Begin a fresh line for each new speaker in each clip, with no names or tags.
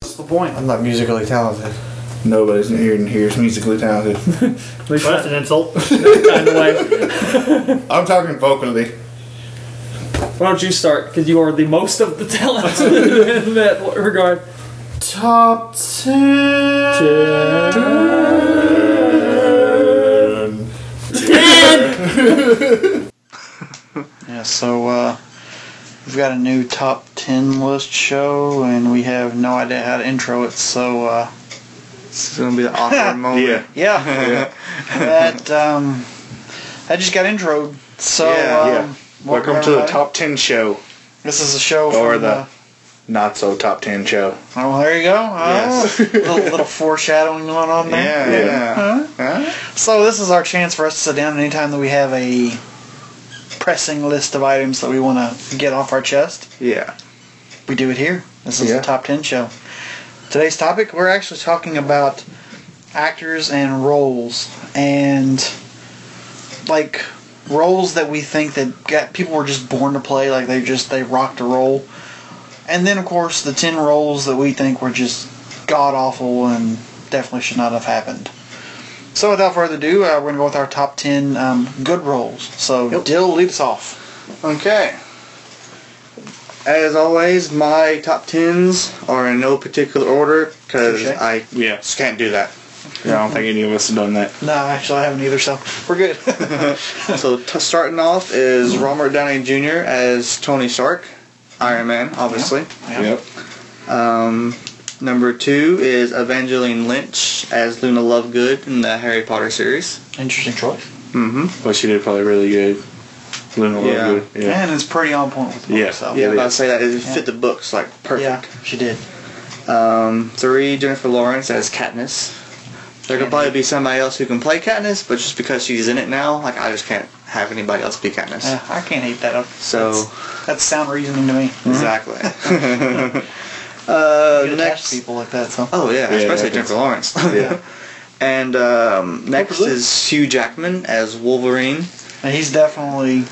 the point?
I'm not musically talented.
Nobody's in here and here's musically talented.
Well, that's an insult. kind of way.
I'm talking vocally.
Why don't you start? Because you are the most of the talent in that regard.
Top 10.
Yeah, so uh, we've got a new top 10 list show, and we have no idea how to intro it, so uh,
It's gonna be the awkward moment.
Yeah.
yeah. that, um, I just got introed. So,
Yeah,
um,
yeah. Welcome to the
everybody.
top 10 show.
This is a show
Or
from,
the-
uh,
Not so top 10 show.
Oh, well, there you go. Uh,
Yes.
little, little foreshadowing going on there.
Yeah,
Yeah.
yeah. Huh?
So this is our chance for us to sit down anytime that we have a pressing list of items that we want to get off our chest.
Yeah.
We do it here. This is
Yeah.
the top ten show. Today's topic: we're actually talking about actors and roles, and like roles that we think that got, people were just born to play, like they just they rocked a role. And then of course the ten roles that we think were just god awful and definitely should not have happened. So without further ado, uh, we're gonna go with our top ten um, good roles. So Dill lead us off.
Okay. As always, my top tens are in no particular order because
Touche.
I
Yeah. Just can't do that. Yeah, I don't think any of us have done that.
No, actually I haven't either, so we're good.
so t- starting off is Robert Downey Jr. as Tony Stark, Iron Man, obviously.
Yeah.
Um, number two is Evangeline Lynch as Luna Lovegood in the Harry Potter series.
Interesting choice.
Mm-hmm.
But she did probably really good. Luna
Yeah.
yeah. good. Yeah.
And it's pretty on point with the book,
Yeah.
so.
Yeah, I was about to say that it
Yeah.
fit the books like
Yeah,
perfect.
she did.
Um, three Jennifer Lawrence as Katniss. There could probably be somebody else who can play Katniss, but just because she's in it now, like I just can't have anybody else be Katniss.
Yeah, I can't hate that up.
So
That's sound reasoning to me.
exactly. uh,
You attach
next.
people like that, so.
Oh yeah,
Yeah,
especially
yeah.
Jennifer Lawrence.
Yeah.
and um, next
really?
is Hugh Jackman as Wolverine,
And he's definitely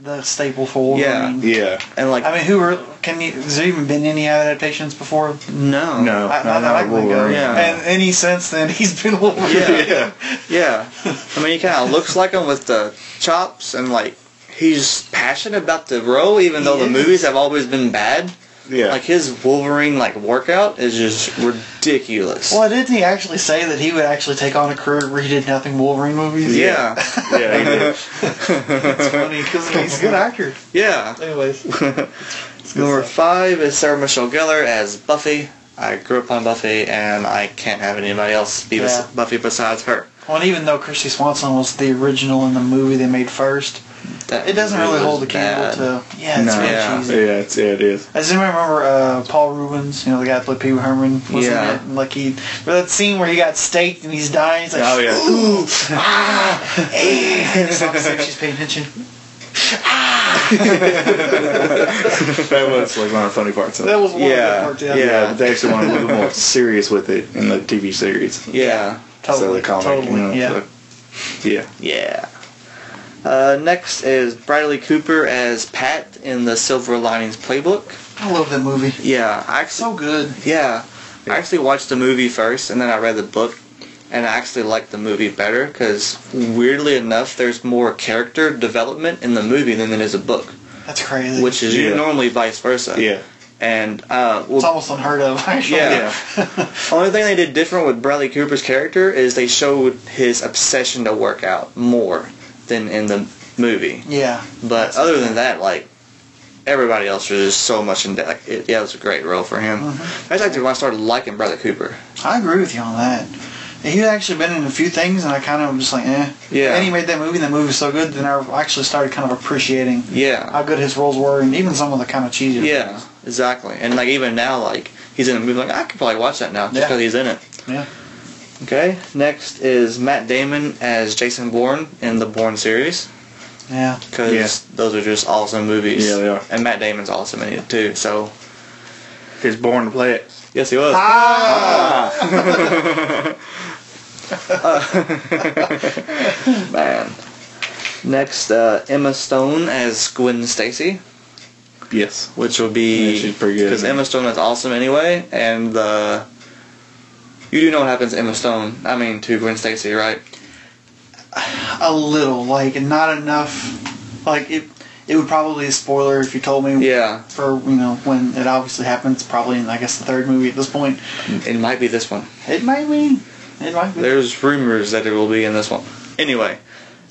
the staple for Wolverine.
Yeah. yeah.
and like
I mean, who are, can you, has there even been any adaptations before?
no,
No.
I,
no,
I,
no,
I can think of.
Wolverine.
Yeah.
And any since then, he's been Wolverine.
Yeah.
Yeah.
Yeah, I mean, he kind of looks like him with the chops, and like he's passionate about the role, even though
He
the
is.
movies have always been bad.
Yeah.
Like his Wolverine like workout is just ridiculous.
Well, didn't he actually say that he would actually take on a career where he did nothing Wolverine movies?
Yeah,
yeah, he did.
It's funny because he's a good actor.
yeah.
Anyways.
Number five is Sarah Michelle Gellar as Buffy. I grew up on Buffy, and I can't have anybody else be bes-
Yeah.
Buffy besides her.
Well, and even though Christy Swanson was the original in the movie they made first,
That
it doesn't really
was
hold the
bad.
candle to. Yeah, it's
No.
really
Yeah.
cheesy.
Yeah, it's, it is.
I just remember uh, Paul Rubens, you know, the guy that played Pee Wee Herman. Was
Yeah.
In it, and like he, but that scene where he got staked and he's dying. He's like,
Oh, yeah.
ooh, ah, eh. It's not as if she's paying attention.
that was like one of the funny parts of it.
That was one
Yeah,
of the good parts. Yeah.
yeah, but they actually wanted to be more serious with it in the TV series.
Yeah,
So
Totally.
the comic,
totally.
you know,
yeah.
so- yeah.
yeah. Uh, next is Bradley Cooper as Pat in the Silver Linings Playbook.
I love that movie.
Yeah, I actually
So good.
Yeah.
Yeah.
I actually watched the movie first, and then I read the book, and I actually liked the movie better because, weirdly enough, there's more character development in the movie than there is a book,
That's crazy.
which is
Yeah.
normally vice versa.
Yeah.
And uh,
it's
well,
almost unheard of. Actually.
yeah. Only thing they did different with Bradley Cooper's character is they showed his obsession to work out more than in the movie.
Yeah.
But other than that, like everybody else was just so much in debt. Like, it, yeah, it was a great role for him.
Uh-huh.
That's actually when I started liking Bradley Cooper.
I agree with you on that. He'd actually been in a few things, and I kind of was just like, eh.
Yeah.
Then he made that movie, and that movie was so good, then I actually started kind of appreciating
Yeah.
how good his roles were, and even some of the kind of cheesy.
Yeah,
ones.
exactly. And like even now, like he's in a movie, like I could probably watch that now just
Yeah.
because he's in it.
Yeah.
Okay. Next is Matt Damon as Jason Bourne in the Bourne series
Yeah.
because
Yeah.
those are just awesome movies.
Yeah, they are.
And Matt Damon's awesome in it too. So
He's born to play it.
yes, he was. Ah! Man. Next, uh, Emma Stone as Gwen Stacy.
Yes.
which will be
Yeah, she's pretty good.
because Emma Stone is awesome anyway, and the you do know what happens to Emma Stone. I mean, to Gwen Stacy, right?
a little, like not enough. Like it, it would probably be a spoiler if you told me.
Yeah,
For you know when it obviously happens, probably in I guess the third movie at this point.
it might be this one.
It might be. It might be.
There's rumors that it will be in this one. Anyway,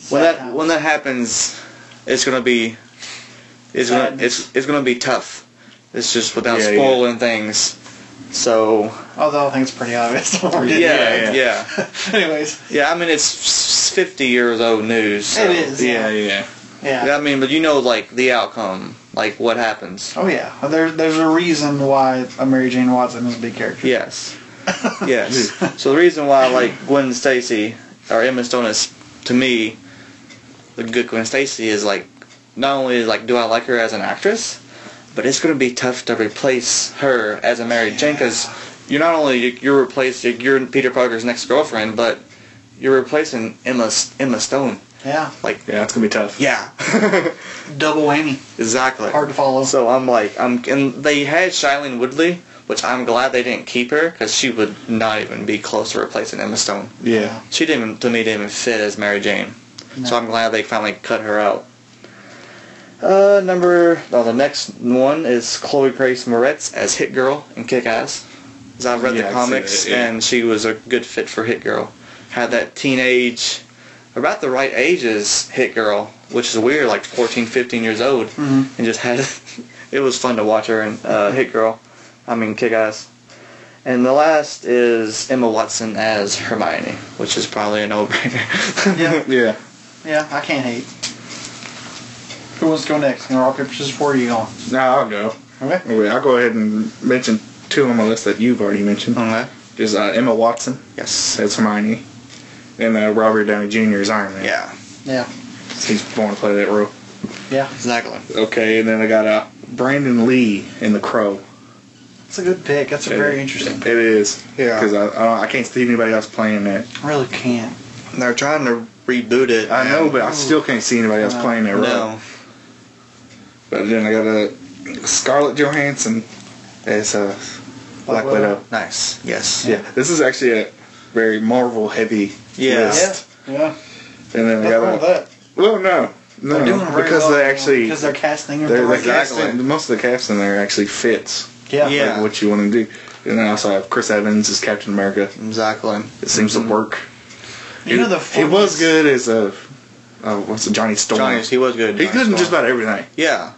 when that when that happens, it's gonna be it's gonna it's it's gonna be tough. It's just without
Yeah, yeah.
spoiling things. So
Although I think it's pretty obvious.
yeah,
Yeah, yeah.
yeah, yeah.
Anyways,
I mean, it's 50 years old news. so-
it is.
Yeah,
Yeah.
yeah.
Yeah.
I mean, but you know, like the outcome, like what happens.
Oh yeah. There, there's a reason why a Mary Jane Watson is a big character.
Yes. yes. So the reason why like Gwen Stacy or Emma Stone is to me the good Gwen Stacy is like not only like do I like her as an actress, but it's gonna be tough to replace her as a Mary Jane because you're not only you're replacing you're Peter Parker's next girlfriend, but you're replacing Emma Emma Stone.
Yeah.
Yeah, it's gonna be tough.
Yeah,
Double whammy.
exactly.
Hard to follow.
So I'm like, I'm, and they had Shailene Woodley, which I'm glad they didn't keep her because she would not even be close to replacing Emma Stone.
Yeah.
She didn't, even- to me, didn't even fit as Mary Jane. So I'm glad they finally cut her out. Uh, number, no, the next one is Chloe Grace Moretz as Hit Girl in Kick Ass. Because I've read
Yeah, I've
the
seen
comics
it, yeah.
and she was a good fit for Hit Girl. Had that teenage, about the right age as Hit Girl, which is weird, like 14, 15 years old. And just had, it was fun to watch her in uh, Hit Girl. I mean, Kick Ass. And the last is Emma Watson as Hermione, which is probably a no-brainer.
Yeah.
Yeah.
Yeah. I can't hate. Who wants to go next? And rock paper scissors for you going?
No, I'll go.
Okay.
Anyway, I'll go ahead and mention two on my list that you've already mentioned.
Okay.
There's uh, Emma Watson
Yes.
as Hermione, and uh, Robert Downey Jr. is Iron Man.
Yeah.
Yeah.
He's born to play that role.
Yeah.
Exactly.
Okay, and then I got uh, Brandon Lee in The Crow.
That's a good pick. That's a very interesting.
It is.
Yeah.
Because I, I, don't- I can't see anybody else playing that.
I really can't.
They're trying to reboot it.
I know, but I still can't see anybody
Uh,
else playing that role.
No.
But then I got uh, Scarlett Johansson as uh, Black,
Black
Widow.
Widow.
Nice. Yes.
Yeah, this is actually a very Marvel heavy.
Yeah.
List.
Yeah.
And then I
What's
got
wrong with
a,
that?
well, no, no,
They're doing very
because
well,
they
man,
actually
because they're casting at the
they're the
right
Exactly.
casting- most of the cast in there actually fits
Yeah.
Yeah.
like, what you want to do. And then I also have Chris Evans as Captain America.
Exactly.
It seems
Mm-hmm.
to work.
You know the
He was good as a uh, what's it, Johnny Storm.
Johnny, he was good.
he
Johnny
could in just
Storm.
about everything.
Yeah.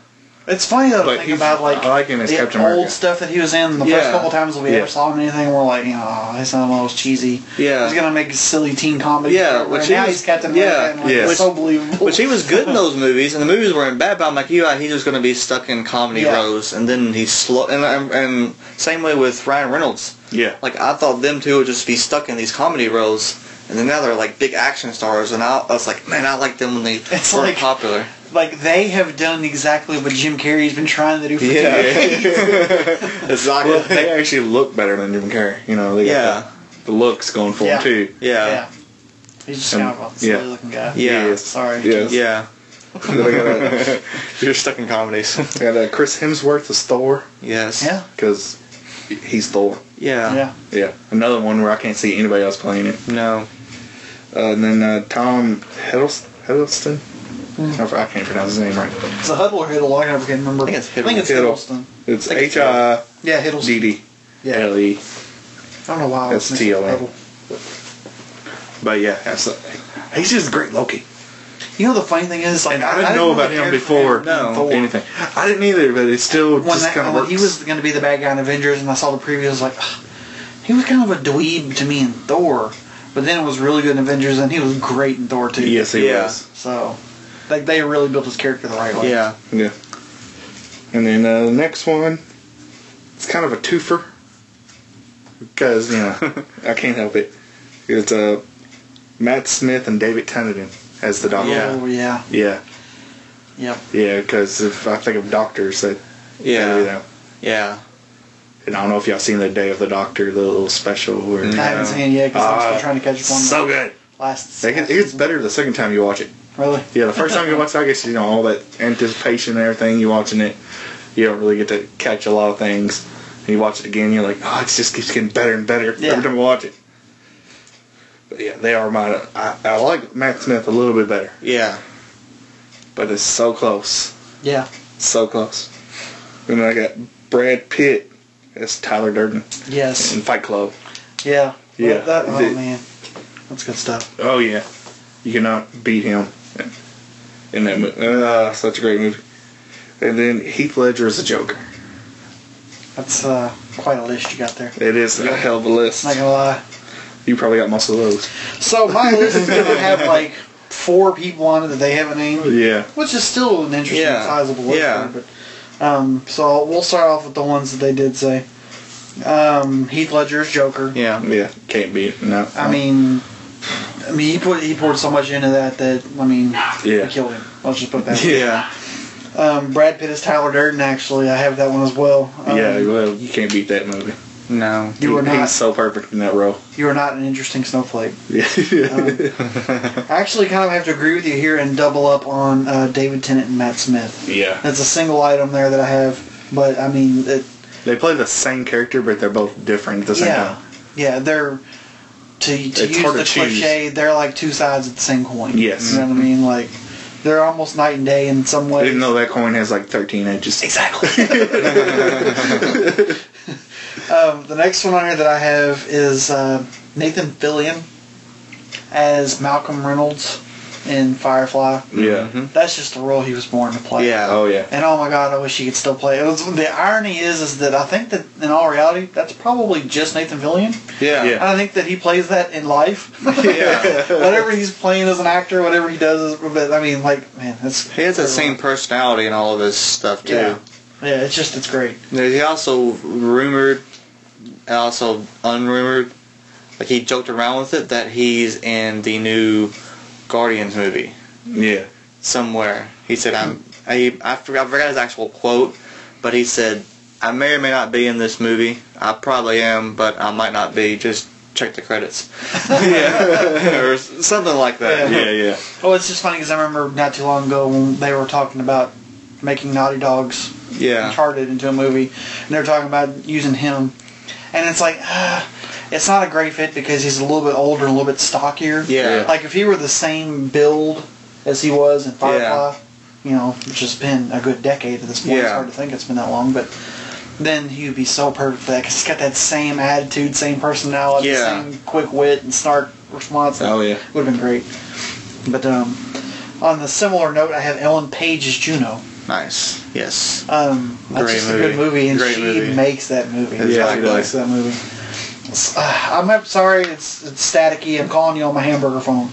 It's funny though to
But
think
he's-
about like,
I like him as
the
Captain
old
America.
stuff that he was in. The
Yeah.
first couple times that we
Yeah.
ever saw him in anything, we're like, oh, that's not one of those cheesy.
Yeah.
He's gonna make silly teen comedy.
Yeah,
whatever,
which
and
he
now
was-
he's Captain
yeah,
America. And, like,
yeah.
It's so believable.
But he was good in those movies, and the movies weren't bad. But I'm like, you, he's just gonna be stuck in comedy
Yeah.
roles, and then he's slow. And, and, and same way with Ryan Reynolds.
Yeah,
Like I thought them two would just be stuck in these comedy roles, and then now they're like big action stars, and I, I was like, man, I like them when they
It's
were
like-
popular.
like they have done exactly what Jim Carrey's been trying to do. For
Yeah.
exactly. they actually look better than Jim Carrey. You know, they got
Yeah,
the, the looks going for
Yeah.
him too.
yeah,
yeah.
yeah,
He's just
Um,
kind of a
yeah.
silly looking guy.
Yeah.
Yes.
Sorry.
Yes.
yeah.
Then I got a,
You're stuck in comedies.
I got a Chris Hemsworth as Thor
yes.
Yeah.
because he's Thor.
Yeah.
Yeah.
Yeah, another one where I can't see anybody else playing it.
No.
Uh, and then uh, Tom Hiddleston. Hiddleston?
Hmm.
I can't pronounce his name right.
It's a Huddle or Hiddle. I never can remember.
I think it's
I think it's
Hiddle.
Hiddleston.
It's
Like-
H I
Yeah, Hiddleston.
D D L E.
I don't know why. I was
That's
mixing up
TLM.
Huddle.
But yeah, that's he's just a great Loki.
You know the funny thing is, like
And I didn't know
really
about him
care for
before
No.
Thor.
anything. I didn't either, but it still
when,
just
that,
kind of
when
works.
he was going to be the bad guy in Avengers, and I saw the preview, I was like, "Ugh." he was kind of a dweeb to me in Thor, but then it was really good in Avengers, and he was great in Thor too.
yes, he
Yeah.
was.
So, like they really built his character the right way.
Yeah.
Yeah. And then uh, the next one, it's kind of a twofer because you know I can't help it. It's uh, Matt Smith and David Tennant as the doctor.
Oh yeah.
Yeah,
Yep.
yeah. Because if I think of doctors, that you
Yeah.
know,
Yeah.
and I don't know if y'all seen the Day of the Doctor, the little special. Where,
I haven't seen it yet because I'm still
Ah,
trying to catch up on
so good.
the last.
It gets- it gets better the second time you watch it.
really.
Yeah, the first time you watch it, I guess you know all that anticipation and everything. You watching it, you don't really get to catch a lot of things. And you watch it again, you're like, oh, it just keeps getting better and better
Yeah.
every time I watch it. But yeah, they are mine. I, I like Matt Smith a little bit better,
Yeah.
but it's so close,
Yeah.
so close. And then I got Brad Pitt as Tyler Durden
Yes.
in Fight Club.
Yeah.
Yeah.
Well, that- oh
The-
man, that's good stuff.
Oh yeah, you cannot beat him in that movie. Uh, such a great movie. And then Heath Ledger is a Joker.
That's uh, quite a list you got there.
It is a hell of a list.
Not gonna lie.
You probably got most of those.
So my list is gonna have like four people on it that they haven't named,
Yeah.
which is still an interesting,
Yeah.
sizable list.
Yeah.
there, But um, so we'll start off with the ones that they did say. Um, Heath Ledger's Joker.
Yeah.
Um, Yeah. Can't beat. it. No.
I mean, I mean, he put he poured so much into that that I mean,
Yeah.
he killed him. Let's just put that. way.
Yeah.
Um, Brad Pitt is Tyler Durden. Actually, I have that one as well. Um,
yeah. Well, you can't beat that movie.
No.
You are
He-
not.
He's so perfect in that role.
You are not an interesting snowflake.
Yeah. Uh-huh.
I actually kind of have to agree with you here and double up on uh, David Tennant and Matt Smith.
yeah.
That's a single item there that I have, but I mean, it,
They play the same character, but they're both different at the same
yeah,
time.
yeah, they're to, to
It's
use
hard to
the cliche, they're like two sides of the same coin.
Yes.
you know what I mean. Like they're almost night and day in some ways.
Even though that coin has like 13 edges.
Exactly. um, the next one on here that I have is uh, Nathan Fillion as Malcolm Reynolds in Firefly.
Yeah.
That's just the role he was born to play.
Yeah.
Oh yeah.
And oh my God, I wish he could still play. It was, the irony is, is that I think that in all reality, that's probably just Nathan Fillion.
Yeah.
Yeah.
I think that he plays that in life.
Yeah.
whatever he's playing as an actor, whatever he does, is, but I mean, like, man, that's
He has that same personality in all of his stuff too.
Yeah. Yeah, it's just it's great.
There's- He also rumored, and also unrumored, like he joked around with it that he's in the new Guardians movie
Yeah.
somewhere. He said, "I'm." I, I forgot I forgot his actual quote, but he said, "I may or may not be in this movie. I probably am, but I might not be. Just check the credits." yeah, or s- something like that.
Yeah. Yeah.
Oh, it's just funny because I remember not too long ago when they were talking about making Naughty Dog's
Yeah.
Uncharted into a movie, and they were talking about using him, and it's like, ah, it's not a great fit because he's a little bit older and a little bit stockier.
Yeah.
Like if he were the same build as he was in Firefly, you know, which has been a good decade at this point. It's
Yeah.
hard to think it's been that long, but. Then he would be so perfect for that because he's got that same attitude, same personality,
Yeah.
same quick wit and snark response.
Oh yeah.
Would have been great. But um, on the similar note, I have Ellen Page as Juno.
Nice. Yes.
Um, that's
Great
just
movie.
a good movie, and
Great
she
movie.
makes that movie.
Yeah,
she
she
makes
does.
that movie. It's- uh, I'm not- sorry, it's, it's staticky. I'm calling you on my hamburger phone.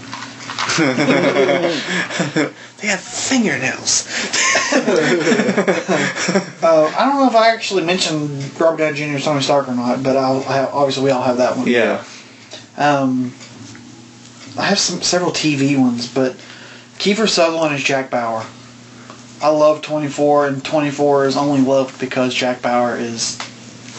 They have fingernails.
Uh, I don't know if I actually mentioned Robert Downey Jr. or Tony Stark or not, but I'll have, obviously we all have that one.
Yeah.
Um, I have some several TV ones, but Kiefer Sutherland is Jack Bauer. I love 24, and 24 is only loved because Jack Bauer is.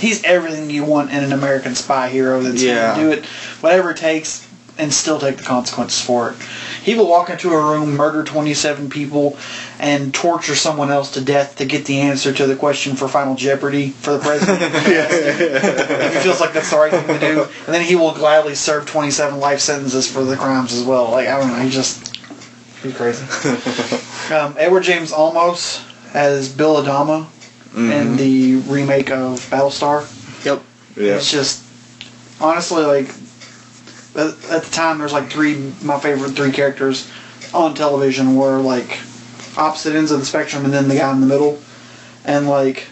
He's everything you want in an American spy hero that's
Yeah.
going to do it, whatever it takes, and still take the consequences for it. He will walk into a room, murder 27 people, and torture someone else to death to get the answer to the question for Final Jeopardy for the president. if he feels like that's the right thing to do. And then he will gladly serve 27 life sentences for the crimes as well. Like, I don't know, he just. He's crazy. um, Edward James Olmos as Bill Adama in the remake of Battlestar.
Yep.
Yeah.
It's just. Honestly, like. At, at the time, there's like three. My favorite three characters on television were like opposite ends of the spectrum and then the guy in the middle. And like.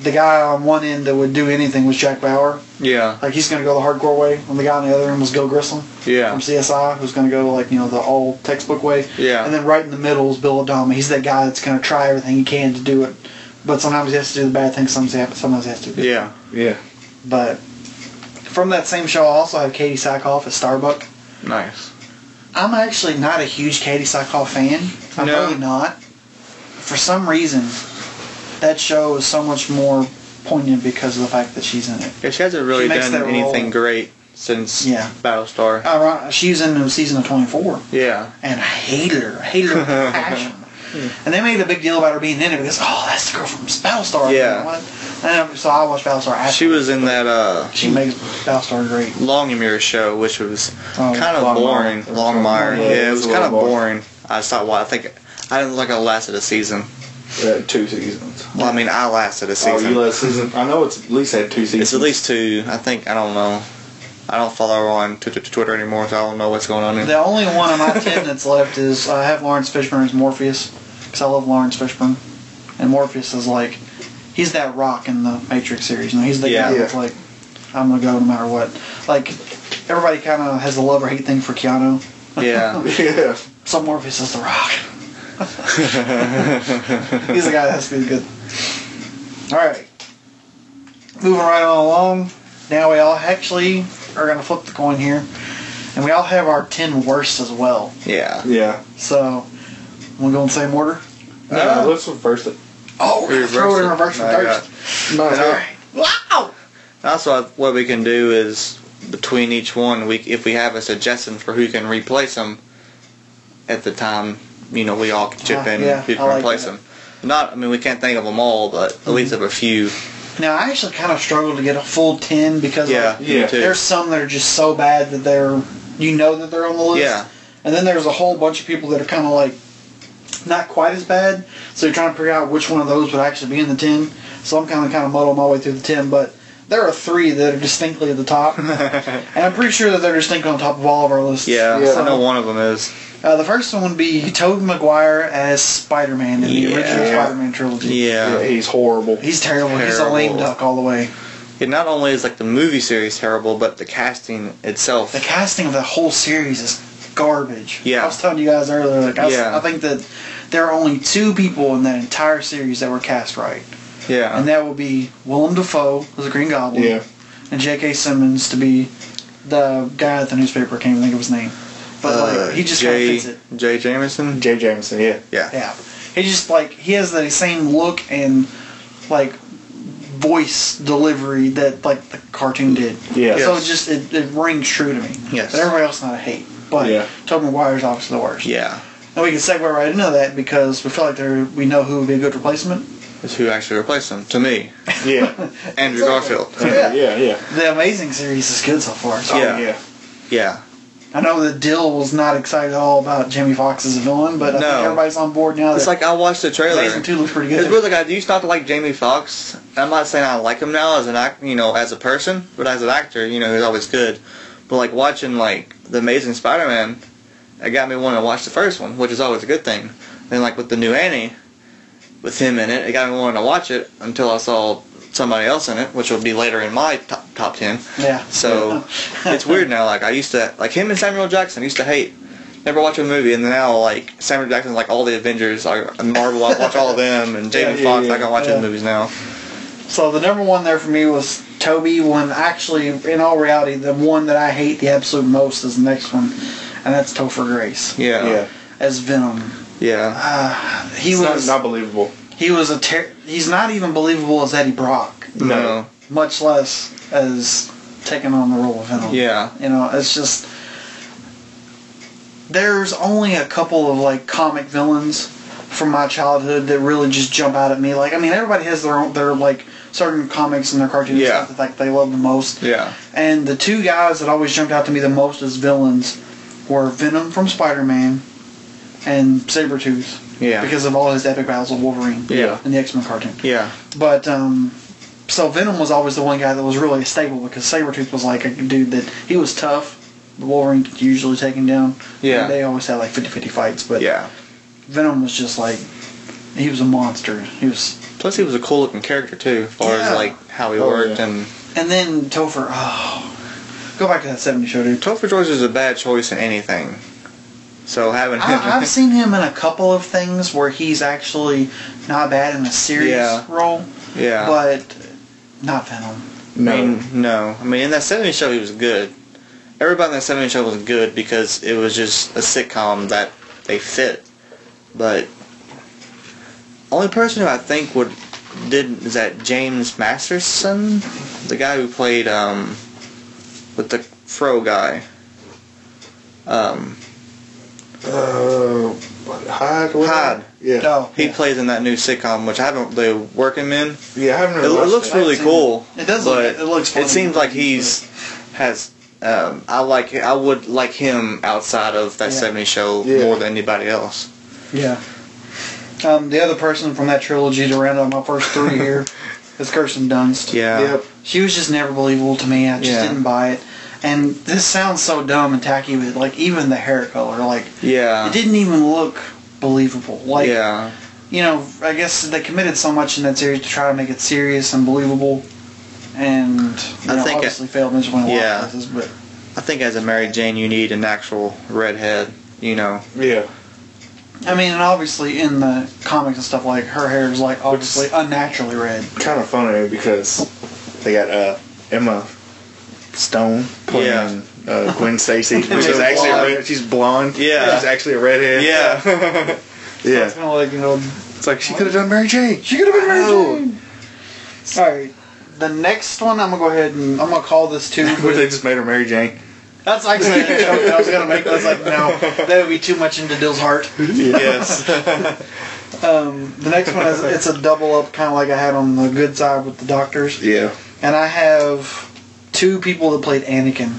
The guy on one end that would do anything was Jack Bauer.
Yeah.
Like he's gonna go the hardcore way, and the guy on the other end was Gil Grissom
Yeah.
from CSI, who's gonna go like you know the old textbook way.
Yeah.
And then right in the middle is Bill Adama. He's that guy that's gonna try everything he can to do it, but sometimes he has to do the bad thing. Sometimes he has, sometimes he has to. do it.
Yeah.
Yeah.
But from that same show, I also have Katie Sackhoff as Starbuck.
Nice.
I'm actually not a huge Katie Sackhoff fan. I'm
No.
really not. For some reason, that show is so much more poignant because of the fact that she's in it.
Yeah, she hasn't really
She makes
done
that
anything
role.
great since
Yeah.
Battlestar.
Uh, she's in the season of 24.
yeah.
and I hated her. I hated her with a passion. And they made a big deal about her being in it because oh, that's the girl from Battlestar.
Yeah.
What? And um, so I watched Battlestar. After.
She was in that uh,
She makes Battlestar great.
Longmire show, which was
Oh,
kind of
Longmire.
boring. Longmire, yeah, it was
a
kind of
little
boring. I stopped. Well, I think I didn't think I lasted a season.
Had Uh, two seasons.
Well, I mean, I lasted a
Oh,
season.
you last season? I know it's at least had two seasons.
it's at least two. I think I don't know. I don't follow her on t- t- Twitter anymore, so I don't know what's going on.
The
There.
only one of my ten that's left is I have Lawrence Fishburne as Morpheus because I love Lawrence Fishburne, and Morpheus is like he's that rock in the Matrix series. You know, he's the
Yeah.
guy that's like I'm gonna go no matter what. Like everybody kind of has the love or hate thing for Keanu.
Yeah,
yeah.
So Morpheus is the rock. he's the guy that has to be good. All right, moving right on along. Now we all actually are gonna flip the coin here, and we all have our ten worst as well.
yeah.
Yeah.
So, we'll go in the same order.
Uh, let's reverse it.
Oh, we're gonna throw it in reverse
Reverse it.
and
My
first.
No,
And
it's
I-
not.
Wow.
Also, what we can do is between each one, we if we have a suggestion for who can replace them at the time, you know, we all can chip
Ah,
in
yeah,
who
I
can
like
replace
that. Mm-hmm.
them. Not, I mean, we can't think of them all, but at least of a few.
Now I actually kind of struggled to get a full ten because
Yeah,
like,
Yeah.
me too.
there's some that are just so bad that they're you know that they're on the list.
Yeah,
And then there's a whole bunch of people that are kind of like not quite as bad. So you're trying to figure out which one of those would actually be in the ten. So I'm kind of kind of muddling my way through the ten, but. There are three that are distinctly at the top, and I'm pretty sure that they're distinctly on top of all of our lists.
yeah.
Yeah.
I know one of them is.
Uh, the first one would be Tobey Maguire as Spider-Man in the
Yeah.
original Spider-Man trilogy.
Yeah.
Yeah, he's horrible.
He's terrible. He's a
Terrible.
lame duck all the way.
It not only is like the movie series terrible, but the casting itself.
The casting of the whole series is garbage.
Yeah.
I was telling you guys earlier, like, I, was-
Yeah.
I think that there are only two people in that entire series that were cast right.
yeah.
And that would be Willem Dafoe as the Green Goblin
Yeah.
and J.K. Simmons to be the guy at the newspaper. I can't even think of his name. But like, he just kind of
Uh, Jay,
fits it.
Jay Jameson.
Jay Jameson, yeah.
Yeah.
Yeah. He just like he has the same look and like voice delivery that like the cartoon did.
Yeah.
So
Yes.
it just it, it rings true to me.
Yes.
But everybody else not a hate. But
Yeah.
Tobey Maguire's obviously the worst.
Yeah.
And we can segue right into that because we feel like there we know who would be a good replacement.
Is who actually replaced him? To me,
Yeah.
Andrew Garfield.
yeah. Yeah, yeah.
The Amazing series is good so far. So
Oh, Yeah.
Yeah.
Yeah.
I know that Dill was not excited at all about Jamie Foxx as a villain, but I
No.
think everybody's on board now.
It's
that
like I watched the trailer.
Amazing Two looks pretty
It's
good.
really like I used not to like Jamie Foxx. I'm not saying I like him now as an act, you know, as a person, but as an actor, you know, he's always good. But like watching like The Amazing Spider-Man, it got me wanting to watch the first one, which is always a good thing. Then like with the new Annie, with him in it, it got me wanting to watch it until I saw somebody else in it, which will be later in my top, top ten.
yeah.
So it's weird now. Like I used to like him and Samuel Jackson. I used to hate. Never watch a movie, and now like Samuel Jackson, like all the Avengers, like Marvel, I watch all of them, and Jamie
Yeah, yeah,
Foxx,
yeah.
I can watch
Yeah.
his movies now.
So the number one there for me was Toby. When actually, in all reality, the one that I hate the absolute most is the next one, and that's Topher Grace
Yeah, yeah,
Yeah.
as Venom.
yeah,
He
It's
was
not, not believable.
he was a ter- he's not even believable as Eddie Brock,
no,
much less as taking on the role of Venom.
yeah,
You know, it's just there's only a couple of like comic villains from my childhood that really just jump out at me. Like, I mean, everybody has their own, their like certain comics and their cartoons
Yeah.
stuff that like they love the most.
yeah,
And the two guys that always jumped out to me the most as villains were Venom from Spider-Man and Sabretooth
yeah,
because of all his epic battles with Wolverine
Yeah.
in the X-Men cartoon.
yeah,
But um, so Venom was always the one guy that was really stable because Sabretooth was like a dude that he was tough. The Wolverine could usually take him down.
Yeah.
And they always had like 50-50 fights, but
yeah.
Venom was just like he was a monster. He was,
Plus, he was a cool looking character too, as far
Yeah.
as like how he
Oh,
worked
yeah.
and.
and then Topher. Oh, go back to that '70 show, dude.
Topher George is a bad choice in anything. So having him,
I, I've seen him in a couple of things where he's actually not bad in a serious
Yeah.
role,
yeah,
but not Venom.
No.
I mean, no. I mean, in that 70s show, he was good. Everybody in that 70s show was good because it was just a sitcom that they fit. But only person who I think would did is that James Masterson, the guy who played um with the fro guy. Um,
Uh, what, Hyde. or whatever?
Hyde.
Yeah.
No.
He plays in that new sitcom, which I haven't really worked him in.
Yeah, I haven't
It,
really
it
watched
looks
it.
really cool.
It does look-
but
it looks funny.
It seems like he's has. Um, I like. I would like him outside of that
Yeah.
'70s show
Yeah.
more than anybody else.
Yeah. Um, the other person from that trilogy to round out my first three here is Kirsten Dunst.
Yeah.
Yep.
She was just never believable to me. I just
Yeah.
didn't buy it. And this sounds so dumb and tacky, but like even the hair color, like
Yeah.
it didn't even look believable. Like
Uh. yeah.
you know, I guess they committed so much in that series to try to make it serious and believable, and you
I
know,
think it-
obviously failed miserably in a
Yeah.
lot of places. But
I think as a Mary Jane, you need an actual redhead. You know.
Yeah.
I mean, and obviously in the comics and stuff, like her hair is like obviously unnaturally red.
Kind of funny because they got uh, Emma Stone playing uh, Gwen Stacy, which is
She's
actually a
blonde.
red, she's blonde.
Yeah.
She's actually a redhead.
Yeah.
It's
Yeah.
kind of like you know
It's like she could have done Mary Jane.
She could have been Mary
Oh.
Jane. All right. The next one, I'm gonna go ahead and I'm gonna call this too.
Which they just made her Mary Jane.
That's actually a joke that I was gonna make. but I was like, no, that would be too much into Dill's heart.
yes.
Um, the next one is it's a double up, kind of like I had on the good side with the doctors,
Yeah.
and I have two people that played Anakin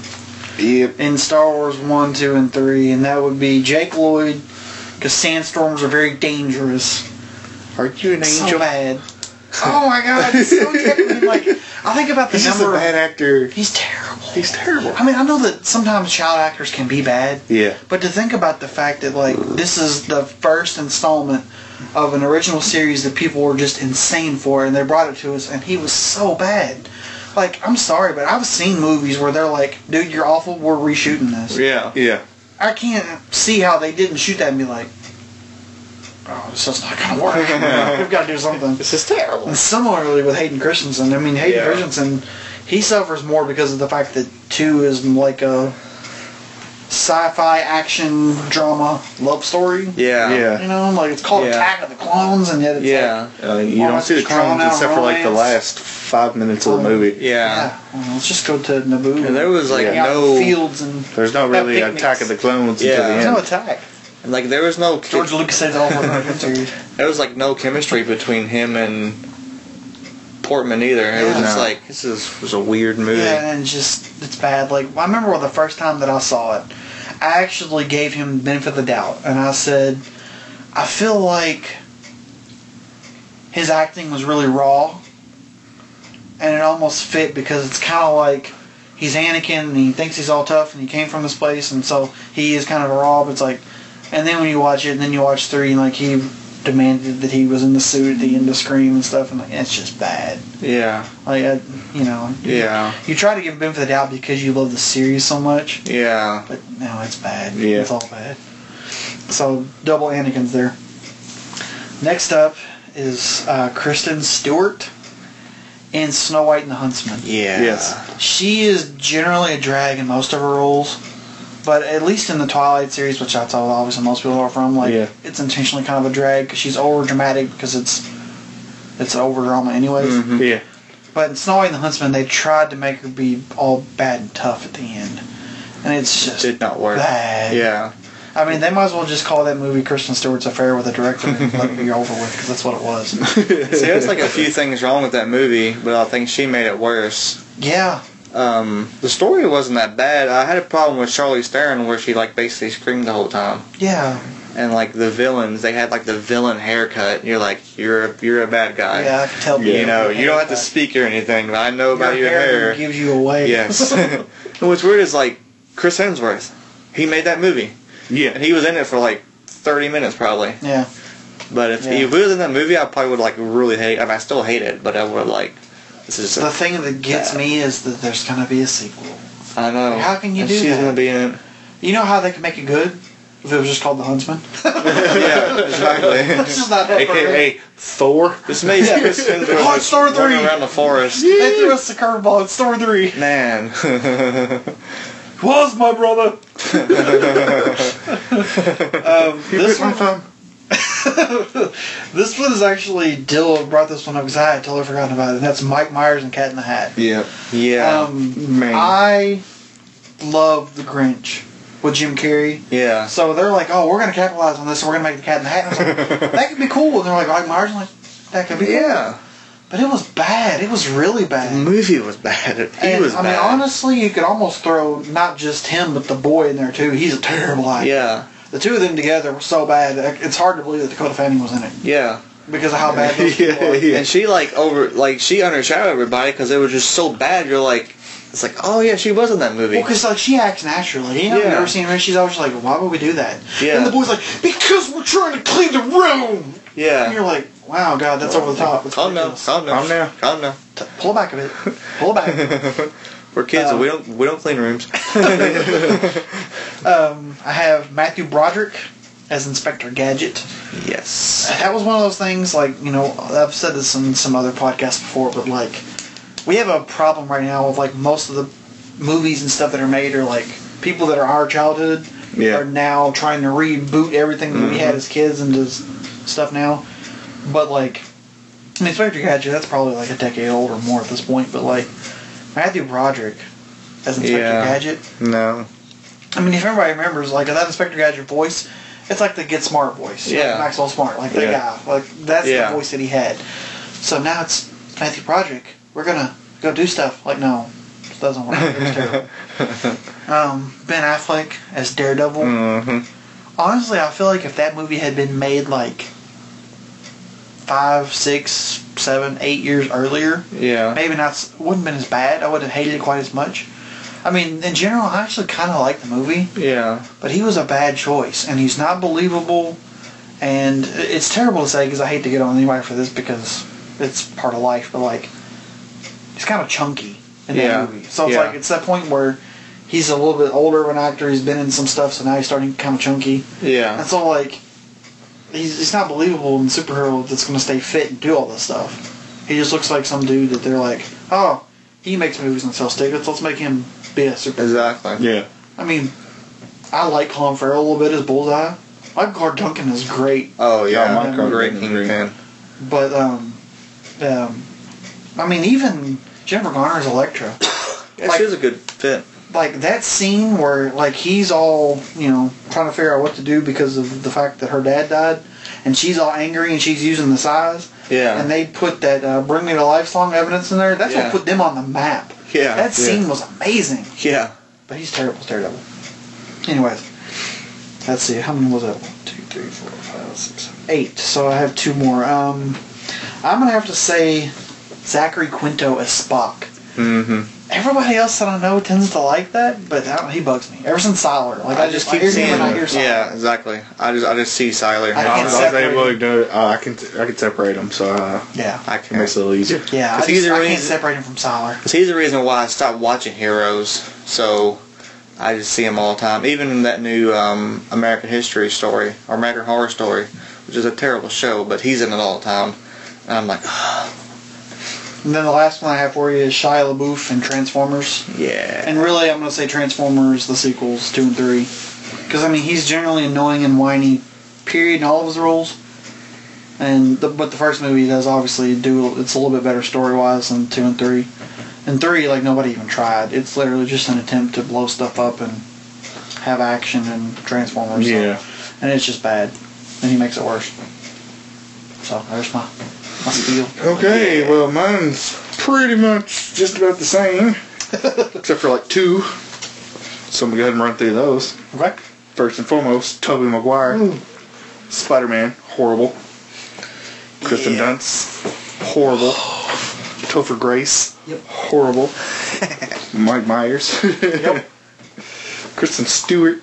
Yep.
in Star Wars one, two, and three, and that would be Jake Lloyd, because sandstorms are very dangerous.
Are you an
So
angel?
bad. Oh my god, it's so terrible. Like I think about the
He's just a
number.
bad actor.
he's terrible.
He's terrible.
I mean, I know that sometimes child actors can be bad,
Yeah.
but to think about the fact that like this is the first installment of an original series that people were just insane for, and they brought it to us, and he was so bad. Like, I'm sorry, but I've seen movies where they're like, "Dude, you're awful. We're reshooting this."
Yeah.
Yeah.
I can't see how they didn't shoot that and be like, "Oh, this is not gonna work. We've got to do something."
This is terrible.
And similarly with Hayden Christensen, I mean Hayden
Yeah.
Christensen, he suffers more because of the fact that two is like a sci-fi action drama love story.
Yeah.
Yeah.
You know, like it's called
Yeah.
Attack of the Clones, and yet it's
Yeah.
like,
Uh, you
Well,
don't
that's
see the
just drawn
clones
out
except for like the
romance.
last five minutes of the movie.
Yeah.
yeah, well, let's just go to Naboo.
And there was like
Yeah.
hang out in
no
fields and
There's not
That
really
picnics.
Attack of the Clones
Yeah.
there's
until
no
the end.
attack.
like there was no
George Lucas said it all for the series.
there was like no chemistry between him and Portman either. It was
Yeah.
just
No.
like this is was a weird movie.
Yeah, and it's just it's bad. Like I remember the first time that I saw it, I actually gave him the benefit of the doubt, and I said, I feel like his acting was really raw, and it almost fit because it's kind of like he's Anakin and he thinks he's all tough and he came from this place, and so he is kind of raw. But it's like, and then when you watch it, and then you watch three, and like he demanded that he was in the suit at the end of Scream and stuff, and like it's just bad.
Yeah.
Like I, you know,
Yeah.
you try to give benefit of the doubt because you love the series so much,
Yeah.
but no, it's bad.
Yeah.
It's all bad. So double Anakin's there. Next up is uh, Kristen Stewart in Snow White and the Huntsman.
Yeah.
Yes.
She is generally a drag in most of her roles, but at least in the Twilight series, which that's all obviously most people are from, like
Yeah.
it's intentionally kind of a drag because she's over dramatic because it's it's over drama anyways.
Yeah.
But in Snow White and the Huntsman, they tried to make her be all bad and tough at the end, and it's just
Did not work.
bad.
Yeah.
I mean, they might as well just call that movie Kristen Stewart's Affair with a Director and let it be over with because that's what it was.
See, there's like a few things wrong with that movie, but I think she made it worse.
Yeah,
Um, the story wasn't that bad. I had a problem with Charlie Theron where she like basically screamed the whole time,
yeah,
and like the villains, they had like the villain haircut. You're like, you're a, you're a bad guy.
yeah. I can tell.
You know, you don't have to speak or anything, but I know about your, hair.
gives you away.
Yes. and what's weird is like Chris Hemsworth, he made that movie, and
Yeah.
he was in it for like 30 minutes probably.
yeah.
But if he
Yeah.
was in that movie, I probably would like really hate. I mean, I still hate it, but I would like. This is.
The
I
thing that gets me is that there's gonna be a sequel.
know.
How can you
and
do
she's
that?
gonna be in it.
You know how they could make it good if it was just called The Huntsman.
yeah, exactly.
this is not that far.
AKA Thor.
this makes Chris Hemsworth
Hot Star
running
three.
around the forest.
They threw us a curveball. It's Thor three.
Man.
Was my brother. um, this one
phone.
This one is actually Dilla brought this one up because I had totally forgotten about it. And that's Mike Myers and Cat in the Hat.
Yeah.
yeah.
Um,
Man.
I love the Grinch. with Jim Carrey.
Yeah.
So they're like, oh, we're going to capitalize on this and we're going to make the cat in the hat. And I was like, that could be cool. And they're like, Mike Myers. I'm like, that could be cool.
Yeah.
But it was bad. It was really
The
bad.
movie was bad. Mm-hmm. He
And,
was
I
bad.
mean, honestly, you could almost throw not just him, but the boy in there too. He's a terrible actor.
yeah.
The two of them together were so bad. It's hard to believe that Dakota Fanning was in it
Yeah.
because of how bad those people
Yeah,
were.
yeah.
And she like over like she undershadowed everybody because they were just so bad. You're like, it's like, oh yeah, she was in that movie.
Well, because like she acts naturally. You know,
Yeah.
I've never seen her. She's always like, "Why would we do that?"
Yeah.
And the boy's like, "Because we're trying to clean the room." And
yeah.
you're like, "Wow, God, that's over the top." That's
Calm down.
ridiculous.
Calm down.
Calm down.
Calm down.
T- Pull back a bit. Pull back.
We're kids.
Um,
we don't we don't clean rooms.
um, I have Matthew Broderick as Inspector Gadget.
yes.
That was one of those things. Like you know, I've said this in some other podcasts before, but like, we have a problem right now with like most of the movies and stuff that are made are like people that are our childhood
Yeah.
are now trying to reboot everything that we had as kids and just stuff now. But like, I mean, Inspector Gadget, that's probably like a decade old or more at this point. But like, Matthew Broderick as Inspector
Yeah.
Gadget.
No.
I mean, if everybody remembers, like that Inspector Gadget voice, it's like the Get Smart voice. like
Yeah.
Maxwell Smart, like that
Yeah.
guy. Like that's
Yeah.
the voice that he had. So now it's Matthew Project. We're gonna go do stuff. Like no, it doesn't work. It was terrible. um, ben Affleck as Daredevil.
Mm-hmm.
hmm
Honestly, I feel like if that movie had been made like five, six, seven, eight years earlier,
Yeah.
maybe not s- wouldn't been as bad. I would have hated it quite as much. I mean, in general, I actually kind of like the movie.
Yeah.
But he was a bad choice, and he's not believable. And it's terrible to say because I hate to get on anybody for this because it's part of life. But like, he's kind of chunky in that
Yeah.
movie, so it's
Yeah.
like it's that point where he's a little bit older of an actor. He's been in some stuff, so now he's starting kind of chunky.
Yeah.
And so like, he's he's not believable in superhero that's going to stay fit and do all this stuff. He just looks like some dude that they're like, oh, he makes movies and sells tickets. Let's make him be a superhero.
Exactly.
Yeah.
I mean, I like Colin Farrell a little bit as Bullseye. Michael Clark Duncan is great,
Oh yeah.
Oh, my God.
great Kingpin.
but um, um, I mean, even Jennifer Garner's Electra,
Yeah,
Like-
she was a good fit.
like that scene where like he's all you know trying to figure out what to do because of the fact that her dad died, and she's all angry and she's using the size,
Yeah.
and they put that uh, "Bring Me to Life" song evidence in there. That's
Yeah.
what put them on the map.
yeah.
That
yeah.
scene was amazing,
Yeah.
but he's terrible, as Daredevil. Anyways, let's see. How many was that? One, two, three, four, five, six, seven, eight. So I have two more. Um, I'm gonna have to say Zachary Quinto as Spock.
Mm-hmm.
hmm
Everybody else that I know tends to like that, but I don't, he bugs me. Ever since Siler, like I, just keep hear seeing him. and I hear Siler.
Yeah, exactly. I just I just see Siler.
I
I
can't
was
separate
able to do it. Uh, I can I can separate them, so uh,
yeah,
I
it
can't.
makes it a little easier.
yeah. I,
'Cause
just,
he's the
I can't
reason-
separate him from Siler.
Cause he's the reason why I stopped watching Heroes. So I just see him all the time. Even in that new um, American History Story or American Horror Story, which is a terrible show, but he's in it all the time. And I'm like,
And then the last one I have for you is Shia LaBeouf and Transformers.
yeah,
And really, I'm gonna say Transformers, the sequels, two and three, because I mean he's generally annoying and whiny, period, in all of his roles. And the, but the first movie does obviously do it's a little bit better story wise than two and three. And three, like nobody even tried. It's literally just an attempt to blow stuff up and have action and Transformers. so-
Yeah.
and it's just bad, and he makes it worse. So there's my my spiel.
Okay, well, mine's pretty much just about the same, except for like two. So I'm gonna go ahead and run through those.
Okay.
First and foremost, Tobey Maguire, Spider-Man, horrible. Kristen Dunst, horrible. Topher Grace, horrible. Mike Myers, Kristen Stewart,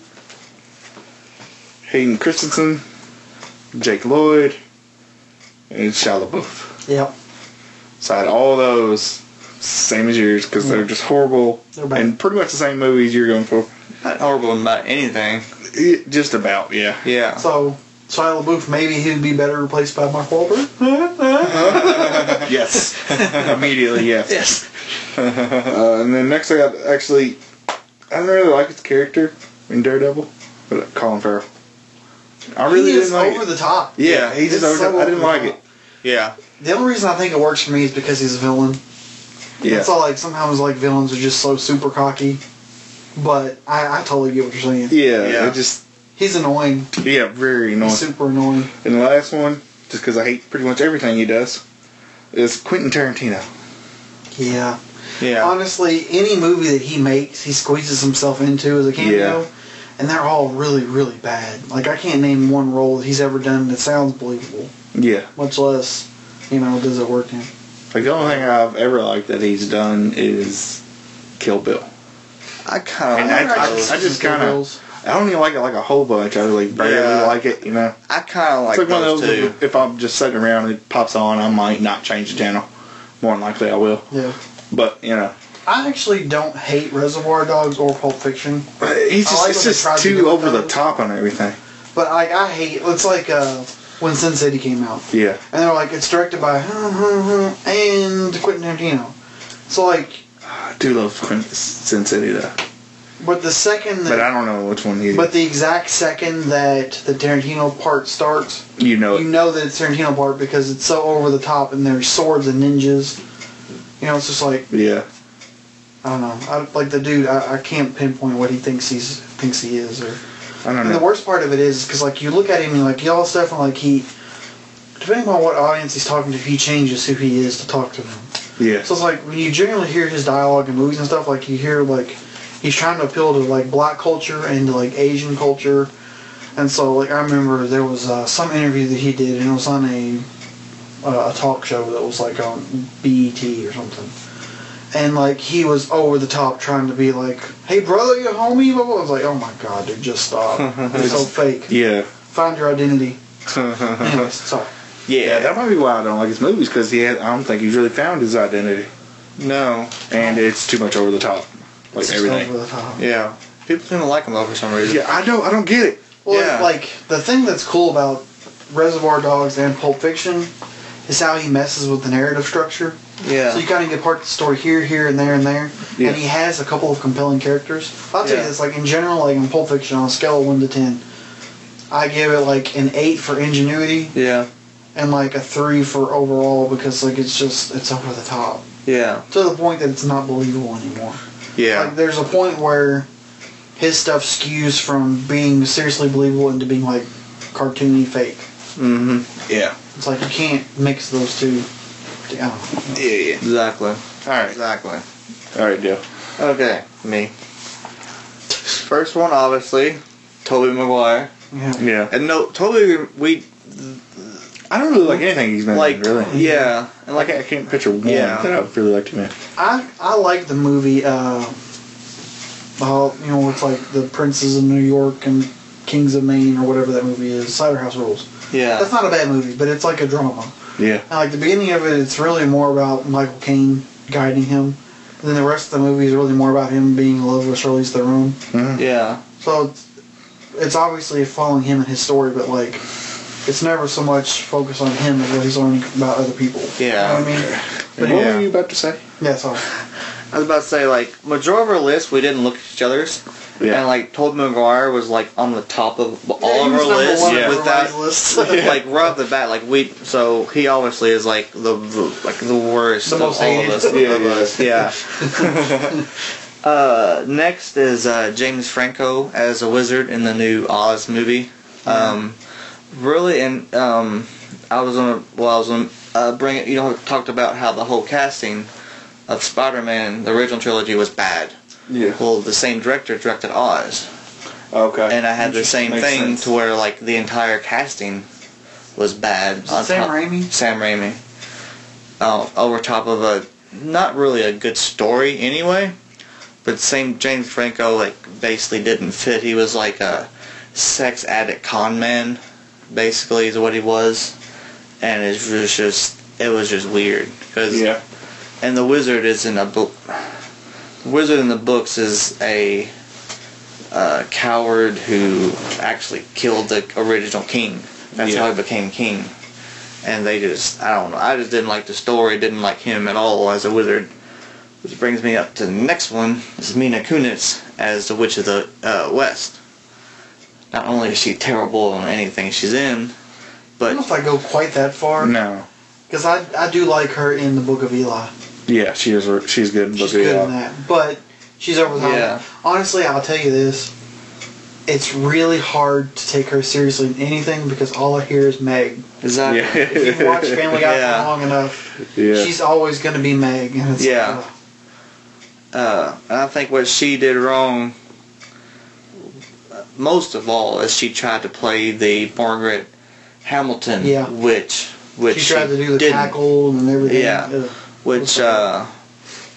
Hayden Christensen, Jake Lloyd, and Shia LaBeouf.
Yep.
So I had all those, same as yours, because they're just horrible
Mm. They're bad.
and pretty much the same movies you're going for.
not horrible about anything.
It, just about, yeah.
Yeah,
So Shia LaBeouf, maybe he'd be better replaced by Mark Wahlberg.
yes, immediately, yes.
Yes.
Uh, and then next I got actually, I didn't really like his character in Daredevil, but Colin Farrell. I really
he is
didn't like
over
it.
the top.
yeah, he
It's
just over
so
the top. I didn't
over
like
the
it.
top.
yeah,
The only reason I think it works for me is because he's a villain.
Yeah,
It's all like sometimes like villains are just so super cocky. But I, I totally get what you're saying.
Yeah,
Yeah.
it just
He's annoying.
yeah, very annoying.
He's super annoying.
And the last one, just because I hate pretty much everything he does, is Quentin Tarantino.
Yeah.
Yeah.
Honestly, any movie that he makes, he squeezes himself into as a cameo,
Yeah.
and they're all really, really bad. Like I can't name one role that he's ever done that sounds believable,
Yeah,
much less you know does it work in.
like the only thing I've ever liked that he's done is Kill Bill.
I kind
And
of like
I-
those.
I just kinda- I don't even like it like a whole bunch. I like barely
Yeah.
like it, you know.
I kind of like,
it's like one of
those,
those.
too.
If, if I'm just sitting around, it pops on. I might not change the channel. More than likely, I will.
Yeah.
But you know,
I actually don't hate Reservoir Dogs or Pulp Fiction,
he's
I
just
like what
it's
they tried
just
to do
too
with
over the
those.
top on everything.
but I, I hate. It's like uh, when Sin City came out.
Yeah,
and they're like it's directed by and Quentin Tarantino. So like,
I do love Quentin- Sin City though,
but the second
but I
that,
don't know which one he.
but, the exact second that the Tarantino part starts,
you know,
you know that it's Tarantino part because it's so over the top and there's swords and ninjas. You know, it's just like
it. yeah.
I don't know. I, like the dude, I, I can't pinpoint what he thinks he's thinks he is or
I don't
And the
know.
worst part of it is because like you look at him and like y'all stuff and like he, depending on what audience he's talking to, he changes who he is to talk to them.
Yeah,
So it's like when you generally hear his dialogue in movies and stuff, like you hear like he's trying to appeal to like black culture and to like Asian culture. And so like I remember there was uh, some interview that he did and it was on a uh, a talk show that was like on BET or something. And like he was over the top trying to be like, "Hey brother, you homie," blah, blah. I was like, "Oh my god, dude, just stop! It's so fake.
yeah.
Find your identity." Anyways, sorry.
Yeah, that might be why I don't like his movies because he had, I don't think he's really found his identity,
no.
and it's too much over the top, like
It's just
everything.
over the top.
Yeah. People seem to like him though for some reason.
Yeah, I don't, I don't get it.
Well,
Yeah.
like the thing that's cool about Reservoir Dogs and Pulp Fiction is how he messes with the narrative structure.
Yeah.
So you kind of get part of the story here, here, and there, and there.
Yeah.
And he has a couple of compelling characters. I'll tell
Yeah.
you this: like in general, like in Pulp Fiction, on a scale of one to ten, I give it like an eight for ingenuity
yeah.
and like a three for overall because like it's just it's over the top
Yeah.
to the point that it's not believable anymore.
Yeah.
Like there's a point where his stuff skews from being seriously believable into being like cartoony fake.
hmm
Yeah,
It's like you can't mix those two. I don't know.
yeah, yeah.
Exactly.
All right,
Exactly.
all right, deal.
Okay. Me. First one, obviously, Toby Maguire.
Yeah.
Yeah,
And no, Toby, we
I don't really like anything he's been in,
like,
really.
yeah, and
Like
like,
I can't picture one
Yeah.
that I really liked him in.
I I like the movie. Uh, well, you know, it's like the Princes of New York and Kings of Maine or whatever that movie is. Cider House Rules. That's
yeah,
not a bad movie, but it's like a drama.
Yeah,
And like the beginning of it, it's really more about Michael Caine guiding him. And then the rest of the movie is really more about him being in love with Charlize Theron.
yeah,
So it's, it's obviously following him and his story, but like it's never so much focused on him as what he's learning about other people.
yeah.
You know what I mean?
But what
Yeah.
were you about to say?
Yeah, sorry.
I was about to say like majority of our list, we didn't look at each other's,
Yeah,
and like Toby Maguire was like on the top of all
Yeah, he
of
was
our
number
list
one on
with
everybody's
that.
list.
Like right off the bat, like we so he obviously is like the, the like the worst
The
of
most
all
hated.
of us.
Yeah,
of
yeah.
us, yeah. uh, next is uh, James Franco as a wizard in the new Oz movie. Um, really, and um, I was gonna well, I was gonna uh, bring it. You know, talked about how the whole casting of Spider-Man, the original trilogy, was bad.
yeah.
Well, the same director directed Oz,
Okay.
and I had the same
Makes
thing
sense.
to where like the entire casting was bad.
Is it Sam Raimi?
Sam Raimi. Uh, over top of a not really a good story anyway, but same James Franco like basically didn't fit. He was like a sex addict con man, basically is what he was, and it was just it was just weird because
Yeah,
and the wizard is in a book. Wizard in the books is a uh, coward who actually killed the original king. That's
Yeah.
how he became king. And they just, I don't know. I just didn't like the story. Didn't like him at all as a wizard. Which brings me up to the next one. This is Mina Kunis as the Witch of the uh, West. Not only is she terrible in anything she's in,
I
but
don't know if I go quite that far
no.
because I I do like her in the Book of Eli.
Yeah, she is. She's good. in Book
She's
of
good
Eli.
in that, but She's over the top.
Yeah.
Honestly, I'll tell you this. It's really hard to take her seriously in anything because all I hear is Meg.
Exactly.
If you watch Family Guy
Yeah.
long enough,
Yeah.
she's always going to be Meg. And it's like,
Yeah.
oh,
Uh, and I think what she did wrong, most of all, is she tried to play the Margaret Hamilton
Yeah.
witch, which
she tried to do the
didn't.
tackle and everything.
Yeah.
Ugh.
Which uh,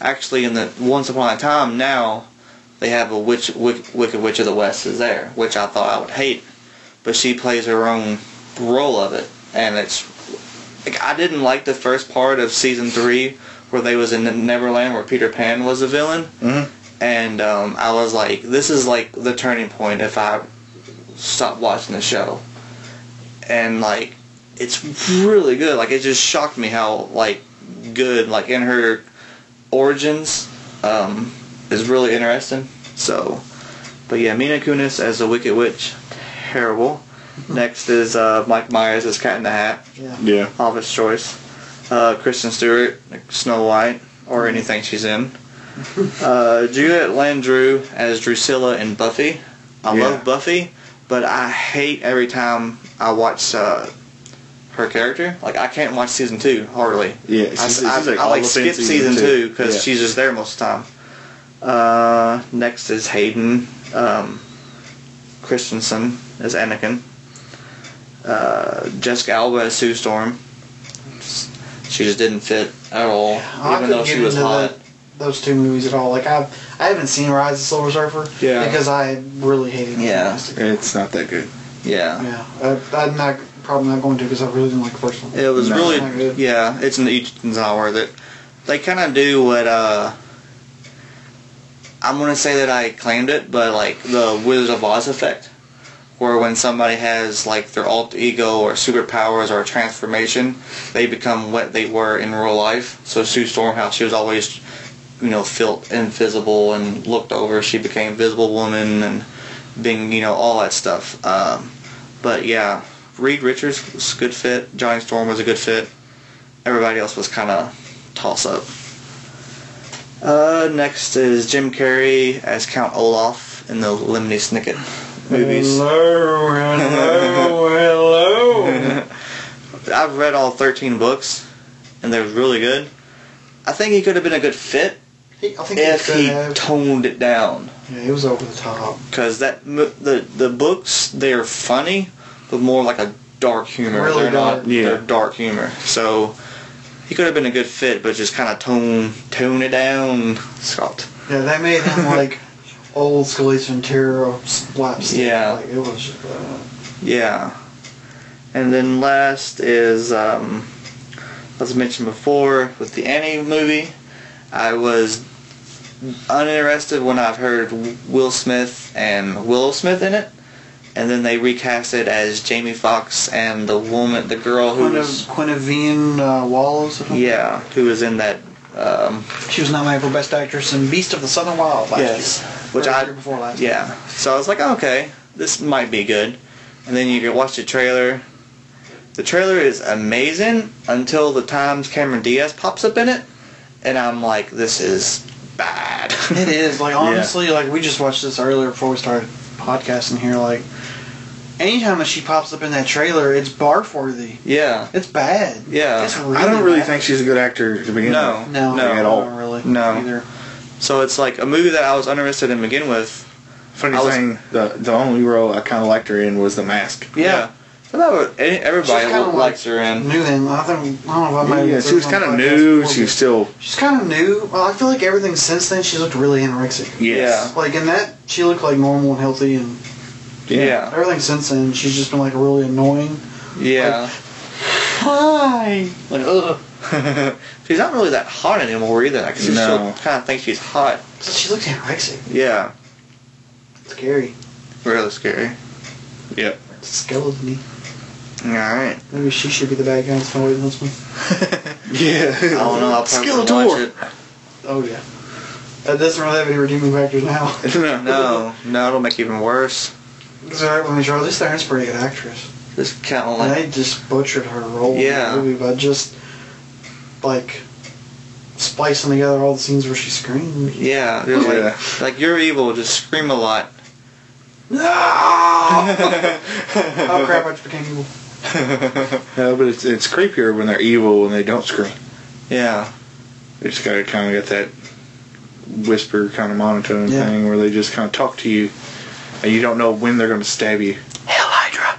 actually, in the Once Upon a Time now, they have a witch, wick, Wicked Witch of the West is there, which I thought I would hate, but she plays her own role of it, and it's. Like, I didn't like the first part of season three where they was in Neverland where Peter Pan was the villain and um, I was like, this is like the turning point if I stop watching the show. And like, it's really good. Like, it just shocked me how like good like in her origins um, is really interesting. So, but yeah, Mina Kunis as the Wicked Witch, terrible. Next is uh, Mike Myers as Cat in the Hat,
Yeah.
Yeah.
obvious choice. Uh, Kristen Stewart, like Snow White, or
Mm-hmm.
anything she's in. Uh, Juliet Landrew as Drusilla in Buffy. I
Yeah.
love Buffy, but I hate every time I watch uh, her character. Like I can't watch season two hardly.
Yeah,
I,
she's-
I-
she's, like,
I,
all
like
up in
skip
season
season
two.
two because
Yeah.
she's just there most of the time. Uh, next is Hayden um, Christensen as Anakin. Uh, Jessica Alba as Sue Storm. She just didn't fit at all,
I
even
couldn't
though she
get
was
into
hot.
that- those two movies at all. Like I've I haven't seen Rise of the Silver Surfer.
Yeah.
Because I really hated it.
Yeah.
It's not that good.
Yeah.
Yeah. I, I'm not probably not going to because I really didn't like the first one.
It was
No.
Not
really,
good.
yeah. It's n- it's not worth it. They kind of do what uh, I'm gonna say that I claimed it, but like the Wizard of Oz effect, where when somebody has like their alter ego or superpowers or a transformation, they become what they were in real life. So Sue Storm, how she was always, you know, felt invisible and looked over, she became Visible Woman and being, you know, all that stuff. Um, but yeah, Reed Richards was a good fit. Johnny Storm was a good fit. Everybody else was kind of toss up. Uh, next is Jim Carrey as Count Olaf in the Lemony Snicket movies.
Hello, hello, hello.
I've read all 13 books, and they're really good. I think he could have been a good fit
He, I think
if
could
he
have.
toned it down.
yeah, he was over the top.
because that mo- the the books they're funny, but more like a dark humor.
Really
they're
dark.
not
Yeah.
they're dark humor. So he could have been a good fit, but just kind of tone tone it down, Scott.
Yeah, they made him like old Scalise Ventura slapstick.
Yeah.
Like it was. Uh,
Yeah. And then last is um, as I mentioned before with the Annie movie, I was uninterested when I've heard Will Smith and Willow Smith in it. And then they recast it as Jamie Foxx and the woman, the girl who was,
Quinivine uh, Wallows. I think.
yeah, who was in that, um,
She was nominated for Best Actress in Beast of the Southern Wild last
yes,
year.
which
Or the
I,
year before last.
Yeah. So I was like, oh, okay, this might be good. And then you can watch the trailer. The trailer is amazing until the times Cameron Diaz pops up in it, and I'm like, this is bad.
It is like honestly, like we just watched this earlier before we started podcasting here. Like anytime that she pops up in that trailer, it's barf worthy.
yeah.
It's bad.
Yeah.
it's really
I don't really
bad.
think she's a good actor to begin
No.
with.
no,
no,
I
at
don't
all.
really
No.
either.
So it's like a movie that I was uninterested in to begin with.
Funny
I was-
thing, the the only role I kind of liked her in was The Mask.
So that was, any- everybody
She's kinda
likes
like-
her in.
New then, I think I don't know if I
Yeah,
made it
she was
through
kind of
one podcast
new.
before,
She was
but
still
she's kind of new. Well, I feel like everything since then she's looked really anorexic.
yes.
Like in that, she looked like normal and healthy, and
Yeah. Yeah.
everything since then she's just been like really annoying.
Yeah.
Hi.
Like, ugh. she's not really that hot anymore either. I can
No.
still kind of think she's hot.
So she looked anorexic.
Yeah.
Scary.
Really scary.
Skeleton.
All right.
Maybe she should be the bad guy in Snow White and the Huntsman.
Yeah.
I don't know. I'll probably watch it.
Oh yeah. That doesn't really have any redeeming factors now.
No, no, it'll make it even worse.
It's alright when we draw. At least Aaron's a pretty good actress.
This kind of
And
like
they just butchered her role
Yeah.
in the movie by just like splicing together all the scenes where she screamed.
Yeah, they're like,
Yeah.
like you're evil. Just scream a lot.
No! oh crap! I just became evil.
No, but it's it's creepier when they're evil and they don't scream.
Yeah,
They just gotta kind of get that whisper kind of monotone
Yeah.
thing where they just kind of talk to you, and you don't know when they're gonna stab you.
Hell Hydra.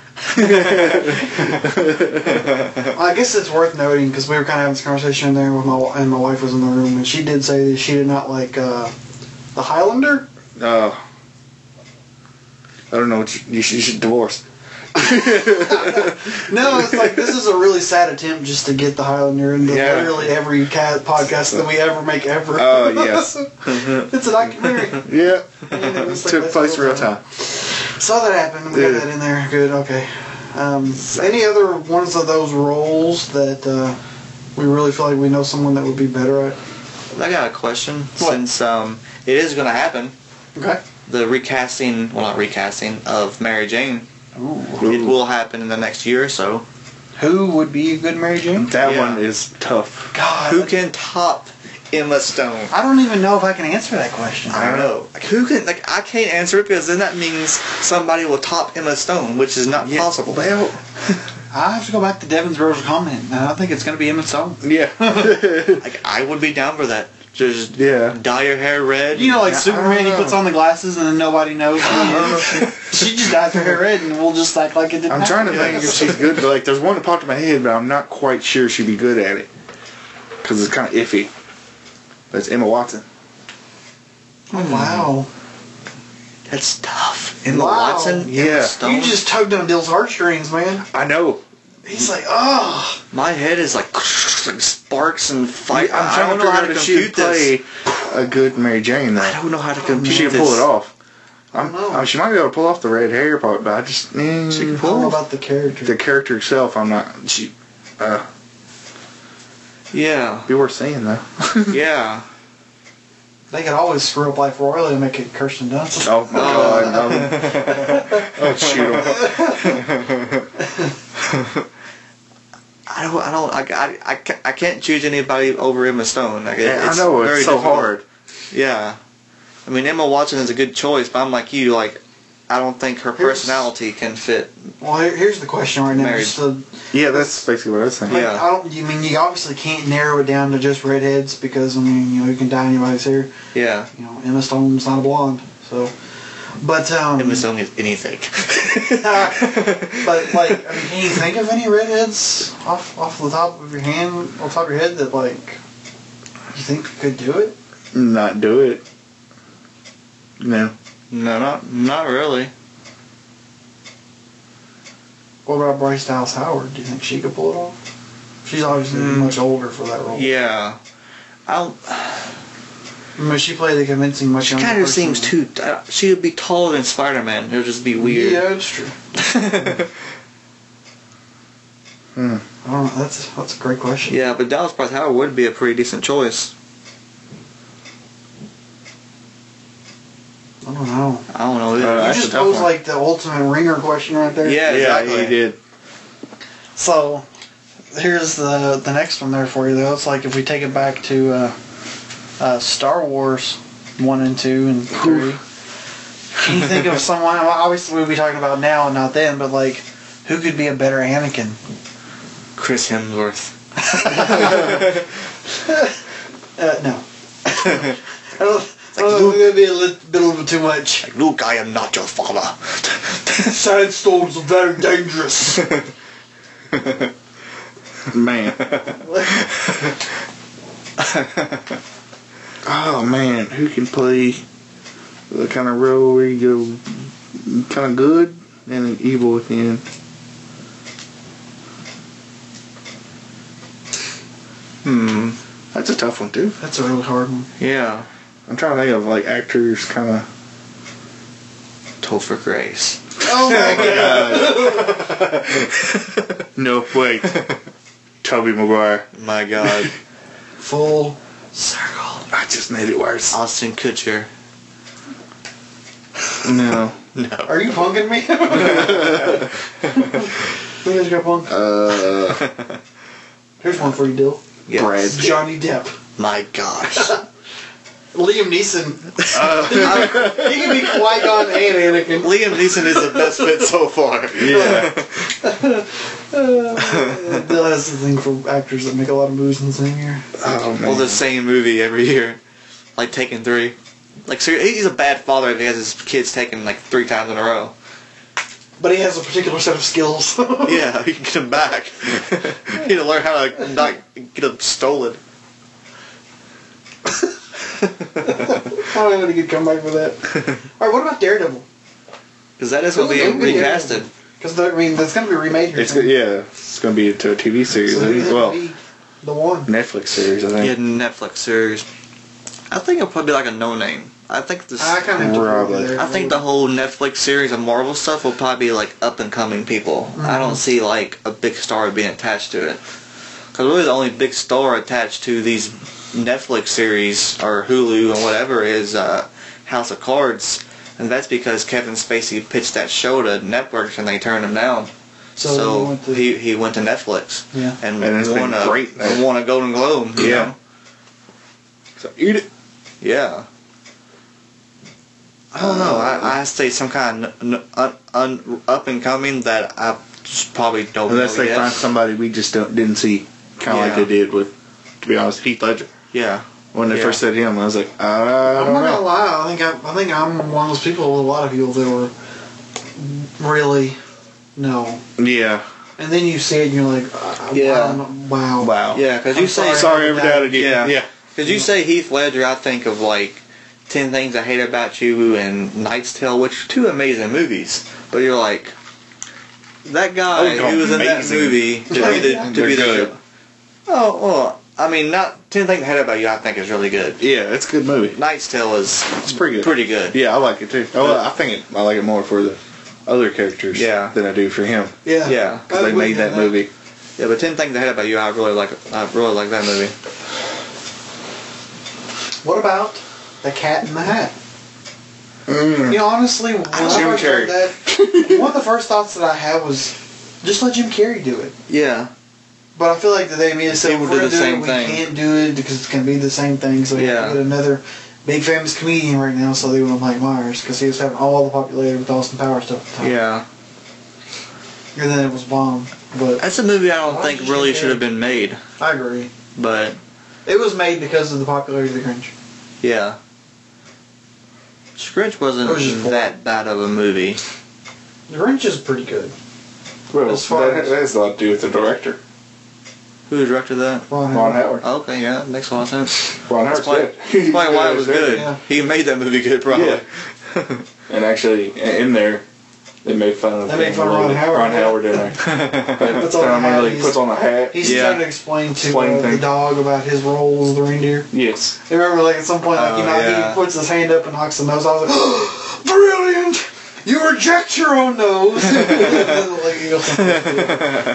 well, I guess it's worth noting because we were kind of having this conversation in there with my and my wife was in the room and she did say that she did not like uh, the Highlander.
Uh, I don't know what you, you, should, you should divorce.
No, it's like this is a really sad attempt just to get the Highlander into
Yeah.
literally every ca- podcast that we ever make ever.
Oh, yes.
it's a documentary.
Yeah,
Yeah, it's like
took
that's
place
real
real
time.
time.
So that happened. We
Yeah.
got that in there. Good. Okay. Um, any other ones of those roles that uh, we really feel like we know someone that would be better at?
I got a question. Since um, it is gonna happen,
Okay.
the recasting, well not recasting of Mary Jane, it will happen in the next year or so.
Who would be a good Mary Jane?
That
Yeah.
one is tough.
God,
Who can top Emma Stone?
I don't even know if I can answer that question.
I don't know. Like, who can like I can't answer it because then that means somebody will top Emma Stone, which is not possible.
Well,
I have to go back to Devin's original comment, and I think it's going to be Emma Stone.
yeah,
Like I would be down for that. Just
yeah.
dye your hair red.
You know, like
Yeah, I
Superman,
don't
he
know.
puts on the glasses and then nobody knows. she just dyed her hair red, and we'll just act like it didn't.
I'm trying to think if she's good. But like, there's one that popped in my head, but I'm not quite sure she'd be good at it because it's kind of iffy. That's Emma Watson.
Oh, wow,
that's tough. Emma
Wow.
Watson,
Yeah.
Emma Stone.
you just tugged on Dill's heartstrings, man.
I know.
He's like, oh,
My head is like, like sparks and fire.
I'm
I
trying
don't
to
know how
figure out
to
if she'd
compute
play
this.
a good Mary Jane though.
I don't know how to compute
She'd
this.
Oh, pull it off. I'm,
don't know.
I- she might be able to pull off the red hair part, but I just mm,
She can
I don't know
pull it off.
Mm-hmm. about the character.
the character itself. I'm not. She uh,
Yeah,
be worth seeing though.
yeah.
They could always screw up life royally and make it Kirsten Dunst.
Oh my god! No. Oh shoot! 'em.
I don't. I don't. I, I, I, ca- I can't choose anybody over Emma Stone. Like, it-
Yeah, I know it's
very
so
difficult.
hard.
Yeah, I mean Emma Watson is a good choice, but I'm like you. Like, I don't think her
Here's-
personality can fit.
Well, here- here's the question right now.
Married.
Just the
Yeah, that's basically what I was saying.
Like,
Yeah.
I don't. You mean you obviously can't narrow it down to just redheads because I mean you know you can dye anybody's hair.
Yeah,
You know Emma Stone's not a blonde, so. But um.
Emma Stone is anything.
but like, I mean, can you think of any redheads off off the top of your hand, off the top of your head that like you think could do it?
Not do it. No.
no, not not really.
What about Bryce Dallas Howard? Do you think she could pull it off? She's obviously
Hmm.
much older for that role.
Yeah, I don't.
I mean, she played a convincing much
She
younger.
kind of
person.
seems too. Uh, she would be taller than Spider Man. It would just be weird.
Yeah, it's true.
Yeah.
I don't know. That's that's a great question.
but Dallas Bryce Howard would be a pretty decent choice.
I don't know.
I don't know.
Uh,
You
That's
just
a tough
posed
one.
like the ultimate ringer question right there.
Yeah, exactly.
Yeah, he did.
So here's the the next one there for you though. It's like if we take it back to uh, uh, Star Wars one and two and three. Can you think of someone? well, Obviously, we'll be talking about now and not then, but like, who could be a better Anakin?
Chris Hemsworth.
Uh, no. Oh, I don't. I don't know, maybe a little, little bit too much.
Like, Luke, I am not your father.
Sandstorms are very dangerous.
Man. oh man, who can play the kind of role where you go kind of good and evil at the end?
hmm.
That's a tough one too.
That's a really hard one.
Yeah.
I'm trying to think of like actors kind of.
Topher Grace.
Oh my god!
No wait. Toby Maguire.
My God.
Full
Circle.
I just made it worse.
Austin Kutcher.
No.
Are you punking me? Who guys got one?
Uh,
Here's one for you, Dill.
Yes.
Brad Pitt.
Johnny Depp.
My gosh.
Liam Neeson.
Uh,
He can be Qui Gon and Anakin.
Liam Neeson is the best fit so far.
Yeah.
Uh, that's the thing for actors that make a lot of movies in the same year.
oh, man.
Well, the same movie every year, like Taken Three. Like, ser- he's a bad father if he has his kids taken like three times in a row.
But he has a particular set of skills.
Yeah, you can get him back. you need to learn how to not get him stolen.
I don't know a good comeback for that. All right, what about Daredevil?
Because that is going to
Ooh,
be
movie.
recasted.
Because I mean, that's going to be remade here.
it's
soon.
good. Yeah, it's gonna be into a TV series
So maybe
as
that
well.
could be the one.
Netflix series, I
Yeah,
think.
Netflix series. I think it'll probably be like a no name. I think this.
I kind of have to
Probably.
agree with
I think the whole Netflix series and Marvel stuff will probably be like up and coming people.
Mm-hmm.
I don't see like a big star being attached to it. Because really the only big star attached to these Netflix series or Hulu and whatever is uh, House of Cards. And that's because Kevin Spacey pitched that show to networks and they turned him down.
So
So,
he went to-
he, he went to Netflix
Yeah.
and,
And it's been
won, a,
great.
and won a Golden Globe. you
Yeah.
know?
So eat it.
Yeah. I don't know. I, I say some kind of n- n- un, un, up and coming that I just probably don't
Unless
know
they
yet.
find somebody we just don't, didn't see, kind of like
Oh,
they
Yeah.
did with, to be honest, Heath Ledger.
Yeah.
When they
Yeah. Oh,
first said him, I was like,
I'm
I
not
don't
gonna
know.
lie. I think I, I think I'm one of those people with a lot of people that were really no.
Yeah.
And then you see it, and you're like, uh,
Yeah.
wow, wow.
Wow.
Yeah, because
I'm
you say
Sorry, ever doubted you.
Oh, Yeah.
Yeah.
because you say Heath Ledger, I think of like Ten Things I Hate About You and Knight's Tale, which are two amazing movies. But you're like, that guy
Those are
who was in that
Oh, amazing.
movie to be the to
They're
be
good.
the. Oh well, I mean, not Ten Things I Hate About You. I think is really good.
Yeah, it's a good movie.
Knight's Tale is
It's pretty good.
pretty good.
Yeah, I like it too. Oh, I think it, I like it more for the other characters
Yeah.
than I do for him.
yeah,
Yeah.
I
'Cause they
wouldn't
made
have
that movie.
Yeah, but Ten Things I Hate About You, I really like. I really like that movie.
What about the Cat in the Hat?
Mm.
You know, honestly, when I first
Jim
heard
Carrey.
that, one of the first thoughts that I had was just let Jim Carrey do it.
Yeah,
But I feel like that they immediately said,
People
"We're
do
gonna
the
do it,
same
we
thing.
can't do it because it's gonna be the same thing." So yeah,
Yeah.
get another big famous comedian right now, so they went Mike Myers because he was having all the popularity with Austin Powers stuff at the time.
yeah.
and then it was bomb. But
That's a movie I don't
Why
think
did you
really
do
should have
it?
been made,
I agree,
but
it was made because of the popularity of the Grinch.
yeah. Scrooge wasn't
It was just boring.
that bad of a movie.
The Grinch is pretty good.
Well,
As far
that,
as-
that has a lot to do with the director.
Who directed that? Oh,
Ron
Ron
Howard.
Howard.
Okay, yeah, that makes a lot of sense.
Ron
That's
Howard's
why,
good.
that's why, why it was good.
Yeah.
He made that movie good, probably.
Yeah. And actually, in there, they made fun of
They made
him
fun of Ron
a little bit.
Howard.
Ron Howard in there.
Puts
puts
on a
on
hat,
really
he's-
puts on a hat.
He's
Yeah.
trying to explain to
Explain
uh, the
things.
dog about his role as the reindeer.
Yes.
I remember, like, at some point, like, you
Oh,
know,
yeah.
he puts his hand up and knocks the nose. I was like, brilliant! You reject your own nose! Like, you know,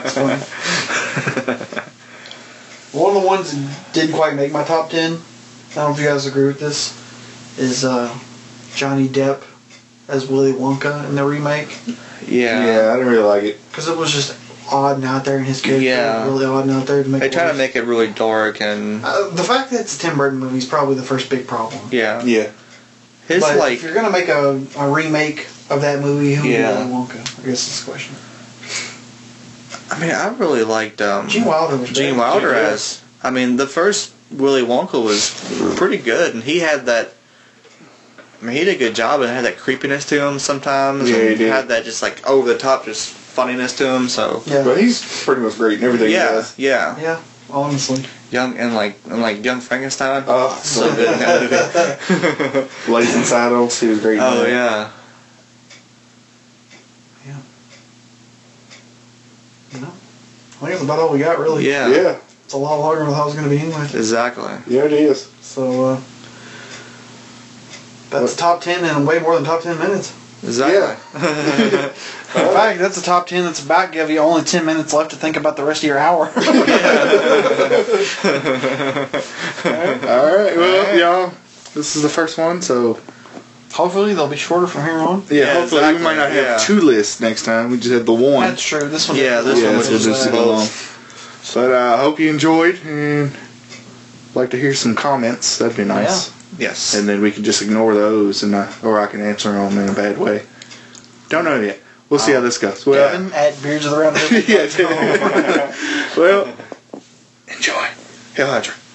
it's funny. One of the ones that didn't quite make my top 10, I don't know if you guys agree with this, is uh, Johnny Depp as Willy Wonka in the remake.
Yeah.
Yeah.
I didn't really like it.
Because it was just odd and out there, and his character
Yeah.
was really odd and out there to make
They
it
try to
worse.
make it really dark and
Uh, the fact that it's a Tim Burton movie is probably the first big problem.
yeah.
Yeah.
His
but
like
if you're gonna make a, a remake of that movie, who
Yeah.
would be Willy Wonka? I guess is the question.
I mean, I really liked um
Gene Wilder was
Gene
great.
Wilder as. I mean, the first Willy Wonka was pretty good, and he had that. I mean, he did a good job, and had that creepiness to him sometimes.
Yeah, he
and
did.
Had that just like over the top, just funniness to him. So
Yeah,
But he's pretty much great in everything he
yeah,
does.
yeah,
yeah. Honestly,
young and like and like young Frankenstein.
Oh,
so good in that movie.
Blazing Saddles, he was great. in
Oh
that.
yeah,
you know. I think that's about all we got, really.
yeah,
Yeah,
It's a lot longer than I thought it was going to be anyway.
exactly.
yeah, it is.
So, uh, that's top 10 in way more than top 10 minutes.
Exactly. Oh.
In fact, that's the top 10 that's about give you only 10 minutes left to think about the rest of your hour.
All right, well, y'all, this is the first one, so
Hopefully, they'll be shorter from here on.
yeah,
Yeah,
hopefully
exactly,
we might not have
yeah.
two lists next time. We just had the one.
That's true. This one.
Yeah, this
yeah,
one
this was
was just
just
both.
long. But uh, I hope you enjoyed, and like to hear some comments. That'd be nice.
Yes.
And then we can just ignore those, and I, or I can answer them in a bad way. Don't know yet. We'll see how this goes. Well,
Devin at Beards of the Round Table.
yeah, well, enjoy. Hail Hydra.